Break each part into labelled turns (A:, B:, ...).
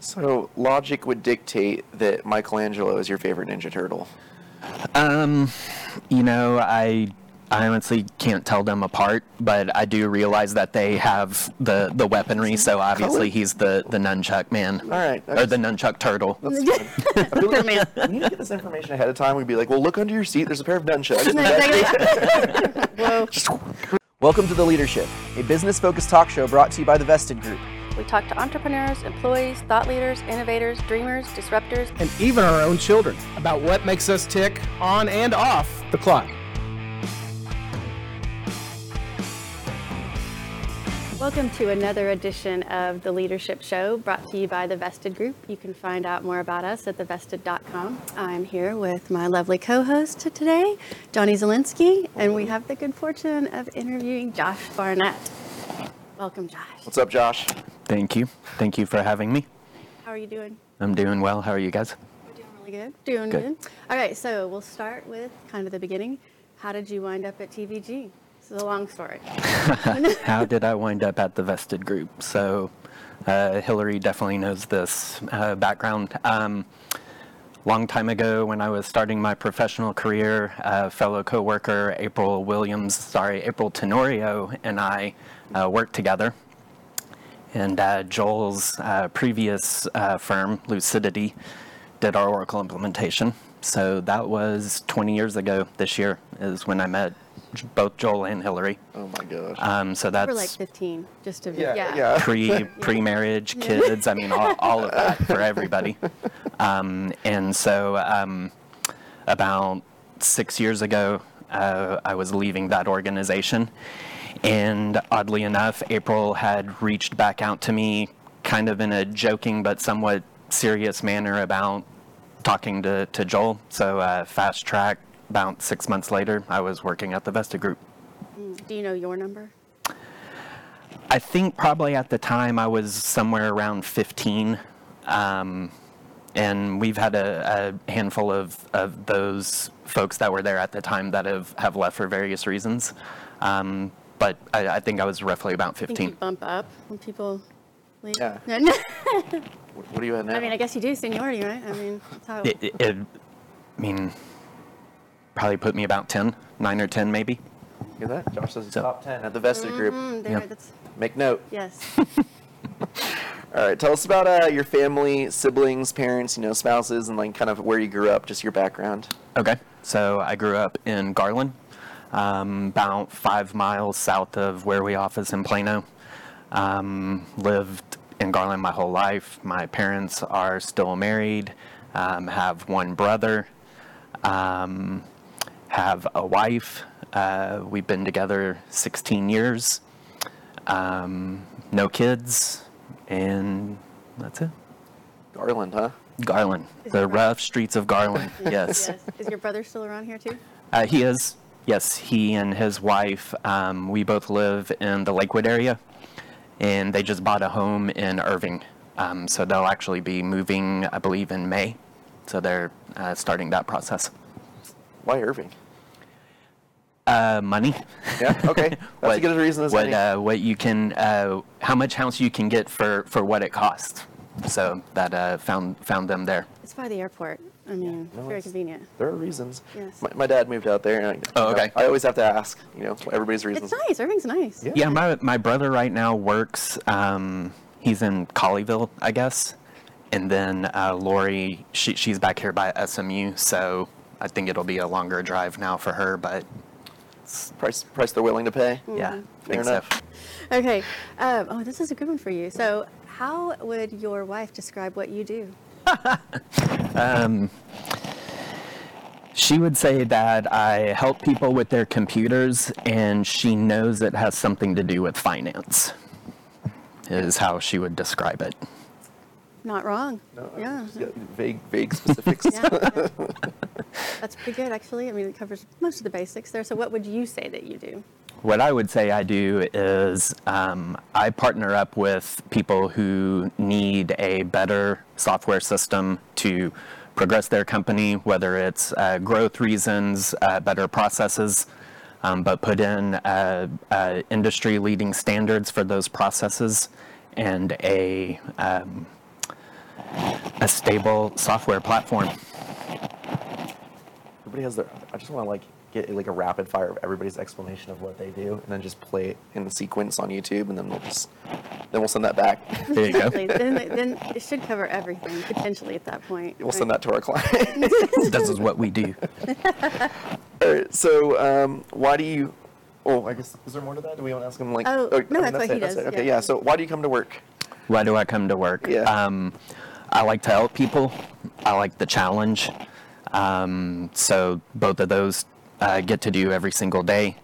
A: So logic would dictate that Michelangelo is your favorite Ninja Turtle.
B: Um, you know, I I honestly can't tell them apart, but I do realize that they have the the weaponry. So obviously, he's the the nunchuck man
A: All right.
B: or the nunchuck turtle.
C: Superman.
A: we need to get this information ahead of time. We'd be like, well, look under your seat. There's a pair of nunchucks.
C: Whoa.
D: Welcome to The Leadership, a business focused talk show brought to you by The Vested Group.
C: We talk to entrepreneurs, employees, thought leaders, innovators, dreamers, disruptors.
E: and even our own children about what makes us tick on and off the clock.
C: Welcome to another edition of The Leadership Show brought to you by The Vested Group. You can find out more about us at thevested.com. I'm here with my lovely co host today, Johnny Zielinski, and we have the good fortune of interviewing Josh Barnett. Welcome, Josh.
A: What's up, Josh?
B: Thank you, thank you for having me.
C: How are you doing?
B: I'm doing well. How are you guys?
C: We're doing really good. Doing
B: Good.
C: good. All right, so we'll start with kind of the beginning. How did you wind up at TVG? This is a long story.
B: How did I wind up at the vested group? So, uh, Hillary definitely knows this uh, background. Um, long time ago, when I was starting my professional career, uh, fellow coworker April Williams, sorry, April Tenorio, and I uh, worked together. And uh, Joel's uh, previous uh, firm, Lucidity, did our Oracle implementation. So that was 20 years ago. This year is when I met j- both Joel and Hillary.
A: Oh my gosh.
B: Um, so
C: We're like
B: that's
C: 15, just to be.
A: yeah, yeah.
B: pre pre marriage kids. I mean, all, all of that for everybody. Um, and so, um, about six years ago, uh, I was leaving that organization, and oddly enough, April had reached back out to me, kind of in a joking but somewhat serious manner about talking to to Joel. So uh, fast track. About six months later, I was working at the Vesta Group.
C: Do you know your number?
B: I think probably at the time I was somewhere around 15. Um, and we've had a, a handful of, of those folks that were there at the time that have, have left for various reasons. Um, but I, I think I was roughly about
C: I think you
B: 15.
C: bump up when people leave.
A: Yeah. What what are you at now?
C: I mean, I guess you do seniority, right? I mean, that's how
B: It, it, it- I mean, probably put me about 10, 9 or 10 maybe.
A: Hear that? Josh says it's
B: So-
A: top 10 at the Vested Group.
C: Mm, there,
B: yeah.
C: that's,
A: Make note.
C: yes.
A: All right. Tell us about uh, your family, siblings, parents, you know, spouses, and like kind of where you grew up, just your background.
B: Okay. So I grew up in Garland, um, about five miles south of where we office in Plano. Um, lived in Garland my whole life. My parents are still married, um, have one brother, um, have a wife. Uh, we've been together 16 years, um, no kids, and that's it.
A: Garland, huh?
B: Garland,
C: Is
B: the
C: that right?
B: rough streets of Garland. yes.
C: yes. Is your brother still around here, too?
B: Uh, he is. Yes, he and his wife. Um, we both live in the Lakewood area, and they just bought a home in Irving. Um, so they'll actually be moving, I believe, in May. So they're uh, starting that process.
A: Why Irving?
B: Uh, money.
A: Yeah. Okay. That's
B: what,
A: a good reason. As
B: what,
A: any.
B: uh, what you can, uh, how much house you can get for, for what it costs. So that uh, found found them there.
C: It's by the airport. I mean,
A: No,
C: very
A: it's-
C: convenient.
A: There are reasons.
C: Yes.
A: My, my dad moved out there. And I,
B: Oh, okay.
A: I always have to ask, you know, everybody's reasons.
C: It's nice. Irving's nice.
A: Yeah.
B: Yeah, my my brother right now works. Um, he's in Colleyville, I guess, and then uh, Lori, she she's back here by SMU, so I think it'll be a longer drive now for her. But
A: Price, price they're willing to pay.
B: yeah, I
A: Fair
B: think so.
A: enough.
C: Okay. Um, oh, this is a good one for you. So, how would your wife describe what you do?
B: She would say that I help people with their computers, and she knows it has something to do with finance. Is how she would describe it.
C: Not wrong.
A: No,
C: yeah.
A: just get Vague, vague specifics.
C: yeah, yeah. That's pretty good, actually. I mean, it covers most of the basics there. So, what would you say that you do?
B: What I would say I do is um, I partner up with people who need a better software system to progress their company, whether it's uh, growth reasons, uh, better processes, um, but put in uh, uh, industry leading standards for those processes and a um, a stable software platform.
A: Everybody has their. I just want to like get like a rapid fire of everybody's explanation of what they do, and then just play it in sequence on YouTube, and then we'll just then we'll send that back.
B: There you go.
C: Exactly. then, then it should cover everything potentially at that point.
A: We'll send
C: right?
A: that to our client.
B: this is what we do.
A: All right, so um, why do you? Oh, I guess is there more to that? Do we want to ask him like?
C: Oh, no, that's what
A: it,
C: he
A: that's
C: does,
A: It. Okay,
C: yeah.
A: yeah. So why do you come to work?
B: Why do I come to work?
A: Yeah.
B: Um, I like to help people. I like the challenge. Um, so both of those I get to do every single day.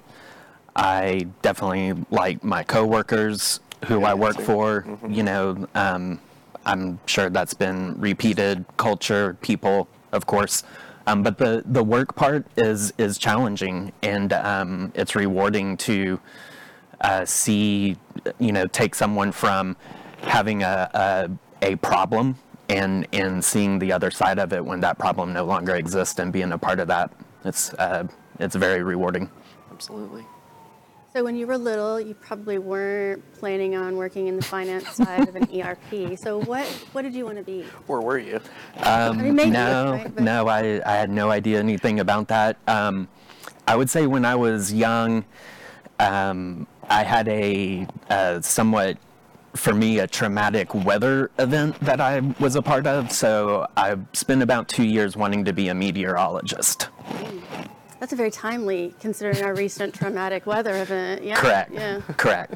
B: I definitely like my coworkers who I
A: Yeah,
B: work
A: same.
B: for. You know, um, I'm sure that's been repeated. Culture, people, of course. Um, but the, the work part is is challenging and um, it's rewarding to uh, see, you know, take someone from having a, a, a problem and, and seeing the other side of it when that problem no longer exists and being a part of that. It's, uh, it's very rewarding.
A: Absolutely.
C: So when you were little, you probably weren't planning on working in the finance side of an ERP. So what what did you want to be?
A: Or were you? Um,
C: I mean, maybe,
B: no,
C: right? But-
B: no, I, I had no idea anything about that. Um, I would say when I was young, um, I had a, uh somewhat, for me, a traumatic weather event that I was a part of. So I spent about two years wanting to be a meteorologist.
C: That's a very timely considering our recent traumatic weather event. Yeah.
B: Correct.
C: Yeah,
B: Correct.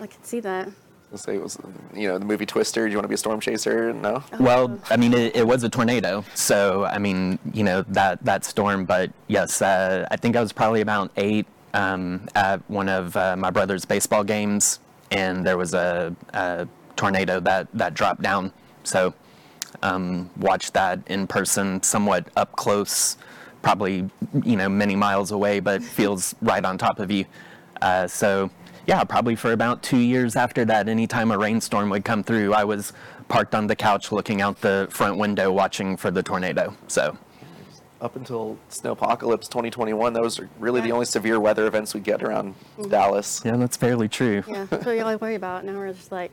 C: I can see that.
A: Let's say it was you know the movie Twister. Do you want to be a storm chaser? No.
C: Oh.
B: Well, I mean, it, it was a tornado, so I mean, you know that that storm. But yes, uh, I think I was probably about eight um, at one of uh, my brother's baseball games, and there was a, a tornado that that dropped down. So um, watched that in person, somewhat up close, probably you know many miles away, but feels right on top of you. Uh, so yeah, probably for about two years after that, anytime a rainstorm would come through, I was parked on the couch looking out the front window watching for the tornado. So
A: Up until snowpocalypse 2021, those are really the
C: Yeah. Mm-hmm.
A: only severe weather events we get around Dallas.
B: yeah, that's fairly true.
C: Yeah, that's what we all worry about. Now we're just like,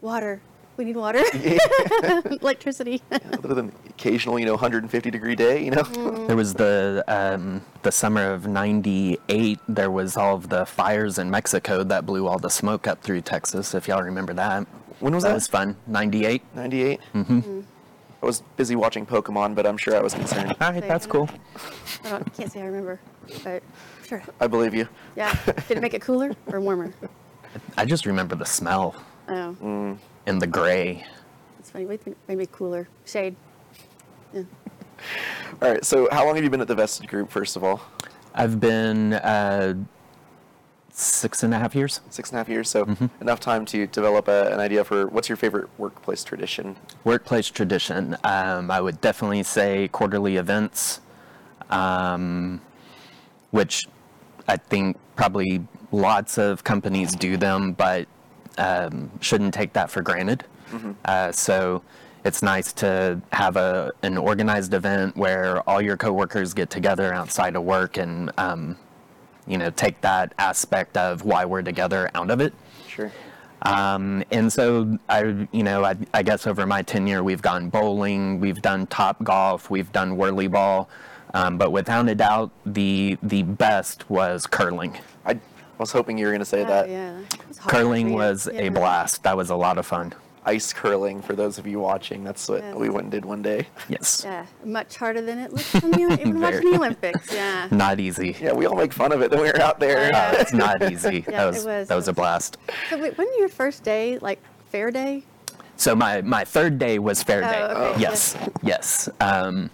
C: water. We need water. Electricity.
A: Other than occasional, you know, 150 degree day, you know.
C: Mm-hmm.
B: There was the um, the summer of '98. There was all of the fires in Mexico that blew all the smoke up through Texas. If y'all remember that.
A: When was
B: that
A: that?
B: was fun. '98.
A: 98. Mm-hmm. I was busy watching Pokemon, but I'm sure I was concerned.
B: All right,
C: Say
B: that's
C: that.
B: cool.
C: I don't, can't say I remember, but sure.
A: I believe you.
C: Yeah. Did it make it cooler or warmer?
B: I just remember the smell
C: Oh,
A: Mm.
B: and the gray.
C: that's funny. Wait, Maybe cooler shade. Yeah.
A: All right. So, how long have you been at the Vested Group? First of all,
B: I've been uh, six and a half years.
A: six and a half years. So,
B: Mm-hmm.
A: enough time to develop a, an idea for what's your favorite workplace tradition.
B: Workplace tradition. Um, I would definitely say quarterly events, um, which I think probably lots of companies do them, but um, shouldn't take that for granted. Uh, so it's nice to have a an organized event where all your coworkers get together outside of work and um, you know take that aspect of why we're together out of it.
A: Sure.
B: Um, and so I, you know, I, I guess over my tenure, we've gone bowling, we've done top golf, we've done whirly ball, um, but without a doubt, the the best was curling.
A: I was hoping you were going to say
C: Oh,
A: that.
C: yeah. It was hard for
B: Curling
C: you.
B: was
C: Yeah.
B: a blast. That was a lot of fun.
A: Ice curling for those of you watching. That's what
C: Yeah.
A: we went and did one day.
B: Yes,
C: Yeah, much harder than it looks when you even watch
B: Very.
C: the Olympics. Yeah.
B: not easy. Uh,
A: Yeah, we all make fun of it when we were out there.
C: Yeah.
B: It's not easy.
C: Yeah,
B: that
C: it
B: was,
C: was-
B: that was a blast.
C: So wait, wasn't your first day like fair day?
B: So my my third day was fair
C: Oh,
B: day.
C: okay.
B: Yes, yes. Um,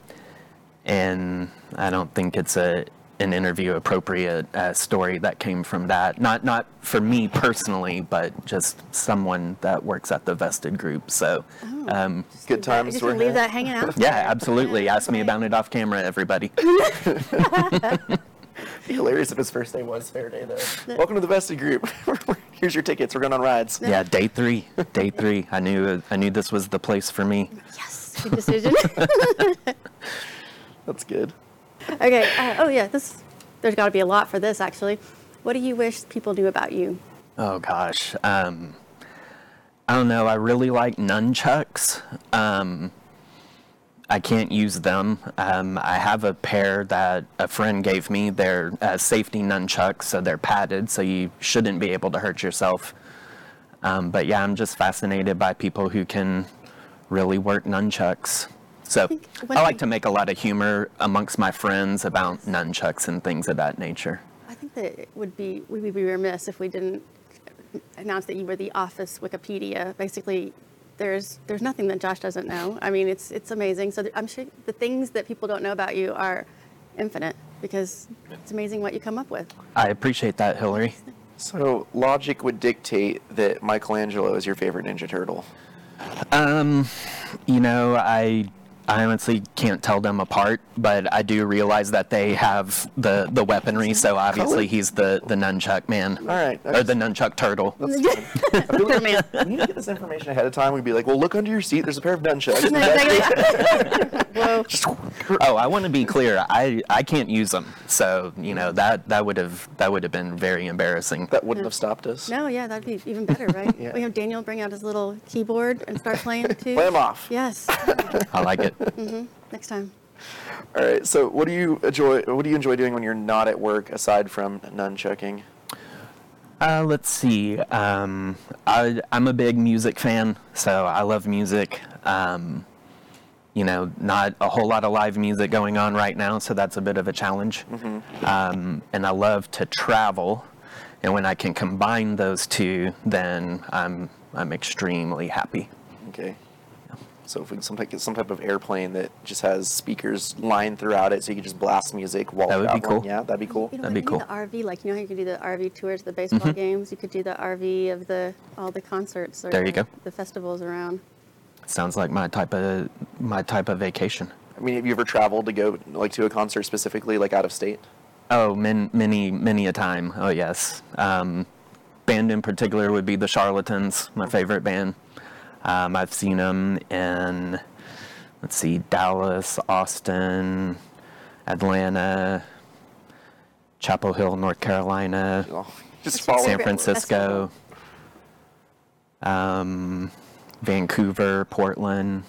B: and I don't think it's a an interview appropriate uh, story that came from that. Not not for me personally, but just someone that works at the vested group. So
C: Oh,
B: um,
A: Good times.
C: Just
A: were
C: gonna leave
A: had.
C: that hanging out.
B: yeah, absolutely. Ask me about it off camera, everybody.
A: It'd be hilarious if his first day was fair day though. Welcome to the Vested Group. Here's your tickets. We're going on rides.
B: yeah, day three. Day three. I knew I knew this was the place for me.
C: Yes, good decision.
A: That's good.
C: okay. Uh, oh yeah, this. There's got to be a lot for this actually. What do you wish people knew about you?
B: Oh gosh. Um, I don't know. I really like nunchucks. Um, I can't use them. Um, I have a pair that a friend gave me. They're uh, safety nunchucks, so they're padded, so you shouldn't be able to hurt yourself. Um, but yeah, I'm just fascinated by people who can really work nunchucks. So
C: think when
B: I like
C: I-
B: to make a lot of humor amongst my friends about nunchucks and things of that nature.
C: I think that it would be we would be remiss if we didn't announce that you were the office Wikipedia. Basically, there's there's nothing that Josh doesn't know. I mean, it's it's amazing. So there, I'm sure the things that people don't know about you are infinite because it's amazing what you come up with.
B: I appreciate that, Hillary.
A: So logic would dictate that Michelangelo is your favorite Ninja Turtle.
B: You know, I I honestly can't tell them apart, but I do realize that they have the the weaponry. So obviously, he's the the nunchuck man.
A: All right,
B: Or the nunchuck turtle.
C: Superman.
A: We need to get this information ahead of time. We'd be like, well, look under your seat. There's a pair of nunchucks.
C: No, exactly. Whoa.
B: Oh, I want to be clear. I I can't use them. So you know that that would have that would have been very embarrassing.
A: that wouldn't have stopped us.
C: No, yeah, that'd be even better, right?
A: Yeah.
C: We have Daniel bring out his little keyboard and start playing too.
A: Play 'em off.
C: Yes,
B: I like it.
C: next time.
A: All right. So, what do you enjoy? What do you enjoy doing when you're not at work, aside from nunchucking?
B: Uh, let's see. Um, I, I'm a big music fan, so I love music. Um, you know, not a whole lot of live music going on right now, so that's a bit of a challenge. Um, and I love to travel, and when I can combine those two, then I'm I'm extremely happy.
A: Okay. So, if we can some, get some type of airplane that just has speakers lined throughout it, so you can just blast music while
B: That would be
A: traveling.
B: cool.
A: Yeah, that'd be cool.
C: You know,
B: That'd
C: what,
B: be Mm-hmm.
C: I need The RV, like you know how you can do the RV tours, the baseball games. You could do the RV of the all the concerts or
B: There you
C: the,
B: go.
C: the festivals around.
B: Sounds like my type of my type of vacation.
A: I mean, have you ever traveled to go like to a concert specifically, like out of state?
B: Oh, min- many, many a time. Oh, yes. Um, band in particular would be the Charlatans, my favorite band. Um, I've seen them in, let's see, Dallas, Austin, Atlanta, Chapel Hill, North Carolina,
A: Oh, just
C: What's your
A: follow.
B: San
C: favorite
B: Francisco, um, Vancouver, Portland,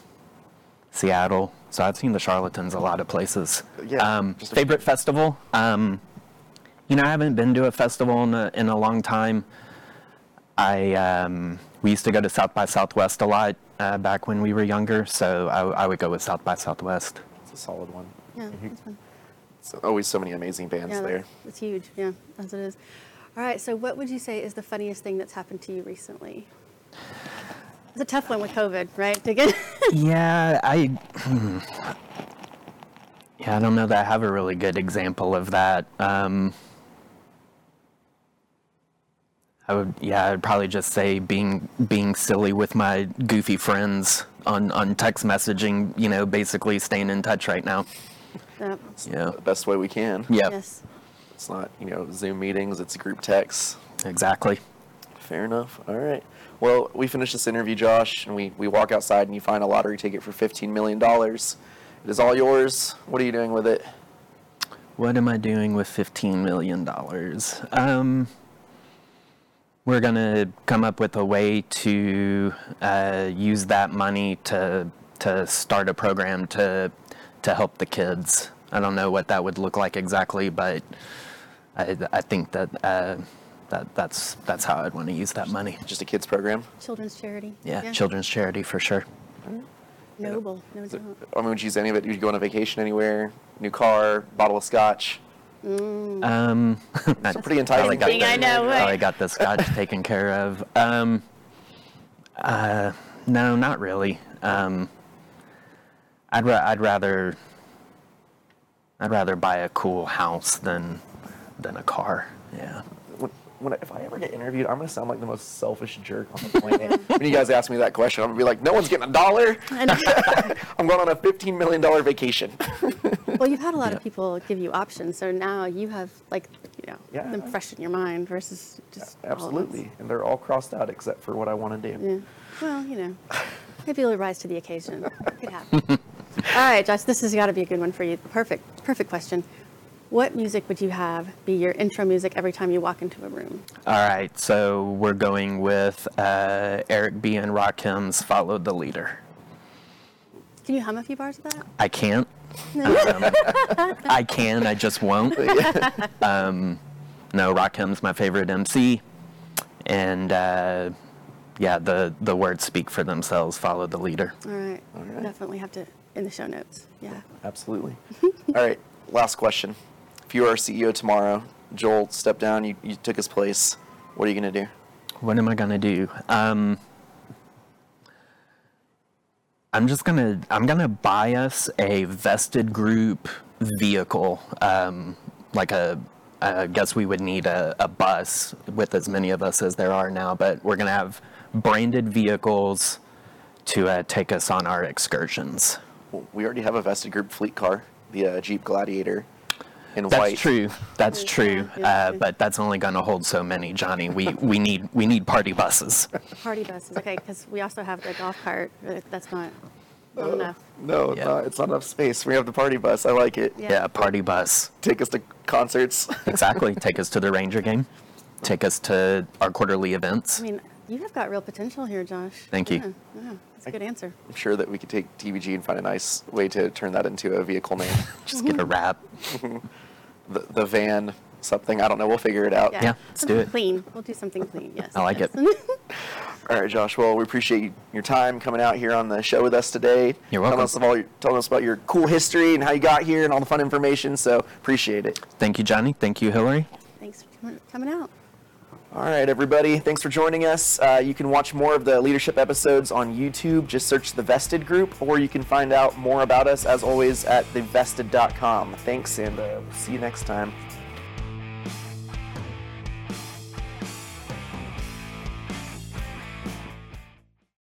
B: Seattle. So I've seen the Charlatans a lot of places.
A: Yeah,
B: Um,
A: just a-
B: favorite festival? Um, you know, I haven't been to a festival in a, in a long time. I um, we used to go to South by Southwest a lot uh, back when we were younger, so I, I would go with South by Southwest.
A: It's a solid one.
C: Yeah,
B: Mm-hmm.
C: that's fun.
A: It's always so many amazing bands
C: Yeah,
A: there.
C: that's, that's huge. Yeah, as it is. All right. So, what would you say is the funniest thing that's happened to you recently? It's a tough one with COVID, right? To get
B: Yeah, I. Yeah, I don't know that I have a really good example of that. Um, I would, yeah, I'd probably just say being being silly with my goofy friends on on text messaging. You know, basically staying in touch right now.
C: uh,
B: Yeah.
A: The best way we can.
B: Yep.
C: yes.
A: It's not you know Zoom meetings. It's group texts.
B: Exactly.
A: Fair enough. All right. Well, we finish this interview, Josh, and we, we walk outside and you find a lottery ticket for $15 million. It is all yours. What are you doing with it?
B: What am I doing with fifteen million dollars? Um, we're gonna come up with a way to uh, use that money to to start a program to to help the kids. I don't know what that would look like exactly, but I, I think that uh, that that's that's how I'd want to use that money.
A: Just a kids program?
C: Children's charity.
B: Yeah, children's charity for sure.
C: Noble. No
A: Is it-
C: doubt.
A: I mean, would you use any of it? Would you go on a vacation anywhere? New car, bottle of scotch?
B: Um,
A: It's a pretty enticing.
B: got
A: thing.
C: I
B: how
C: know,
B: I
C: right?
B: got the scotch taken care of. Um, uh, no, not really. Um, I'd ra- I'd rather I'd rather buy a cool house than than a car. Yeah.
A: When, when, I- if I ever get interviewed, I'm going to sound like the most selfish jerk on the planet. when you guys ask me that question, I'm going to be like, no one's getting a dollar.
C: I know.
A: I'm going on a $15 million vacation.
C: well, you've had a lot of people give you options, so now you have like you know
A: Yeah.
C: them fresh in your mind versus just all at once.
A: Absolutely. And they're all crossed out except for what I want to do.
C: Yeah. Well, you know, maybe you'll rise to the occasion. Could happen. All right, Josh, this has got to be a good one for you. Perfect, perfect question. What music would you have be your intro music every time you walk into a room?
B: All right. So we're going with uh, Eric B and Rakim's "Follow the Leader."
C: Can you hum a few bars of that?
B: I can't. Um, I can. I just won't. um, no, Rackham's my favorite MC, and uh, yeah, the the words speak for themselves. Follow the leader.
C: All right.
A: right.
C: Definitely have to in the show notes. Yeah.
A: Absolutely. All right, last question. If you were our CEO tomorrow, Joel stepped down, you, you took his place, what are you going to do?
B: What am I gonna do? Um, I'm just gonna I'm gonna buy us a vested group vehicle, um, like a. I guess we would need a, a bus with as many of us as there are now, but we're gonna have branded vehicles to uh, take us on our excursions.
A: Well, we already have a vested group fleet car, the uh, Jeep Gladiator in
B: That's
A: white.
B: true. That's
C: Yeah,
B: true.
C: yeah,
B: uh,
C: true.
B: But that's only gonna hold so many, Johnny. We we need we need party buses.
C: Party buses. Okay, because we also have the golf cart. but That's not not enough.
A: No,
B: Yeah.
A: no, it's not enough space. We have the party bus. I like it.
C: Yeah.
B: yeah party bus.
A: Take us to concerts.
B: Exactly. Take us to the Ranger game. Take us to our quarterly events.
C: I mean, you have got real potential here, Josh.
B: Thank you.
C: Yeah, yeah, that's a good answer.
A: I'm sure that we could take TBG and find a nice way to turn that into a vehicle name.
B: Just
C: mm-hmm.
B: get a wrap.
A: the, the van, something. I don't know. We'll figure it out.
B: Yeah, let's do
C: Something
B: it.
C: Clean. We'll do something clean. Yes.
B: I like
C: yes.
B: it.
A: All right, Josh. Well, we appreciate your time coming out here on the show with us today.
B: You're welcome.
A: Telling us, of all your, telling us about your cool history and how you got here and all the fun information. So appreciate it.
B: Thank you, Johnny. Thank you, Hillary.
C: Thanks for coming- coming out.
A: All right, everybody. Thanks for joining us. Uh, you can watch more of the leadership episodes on YouTube. Just search The Vested Group, or you can find out more about us, as always, at thevested.com. Thanks, and uh, see you next time.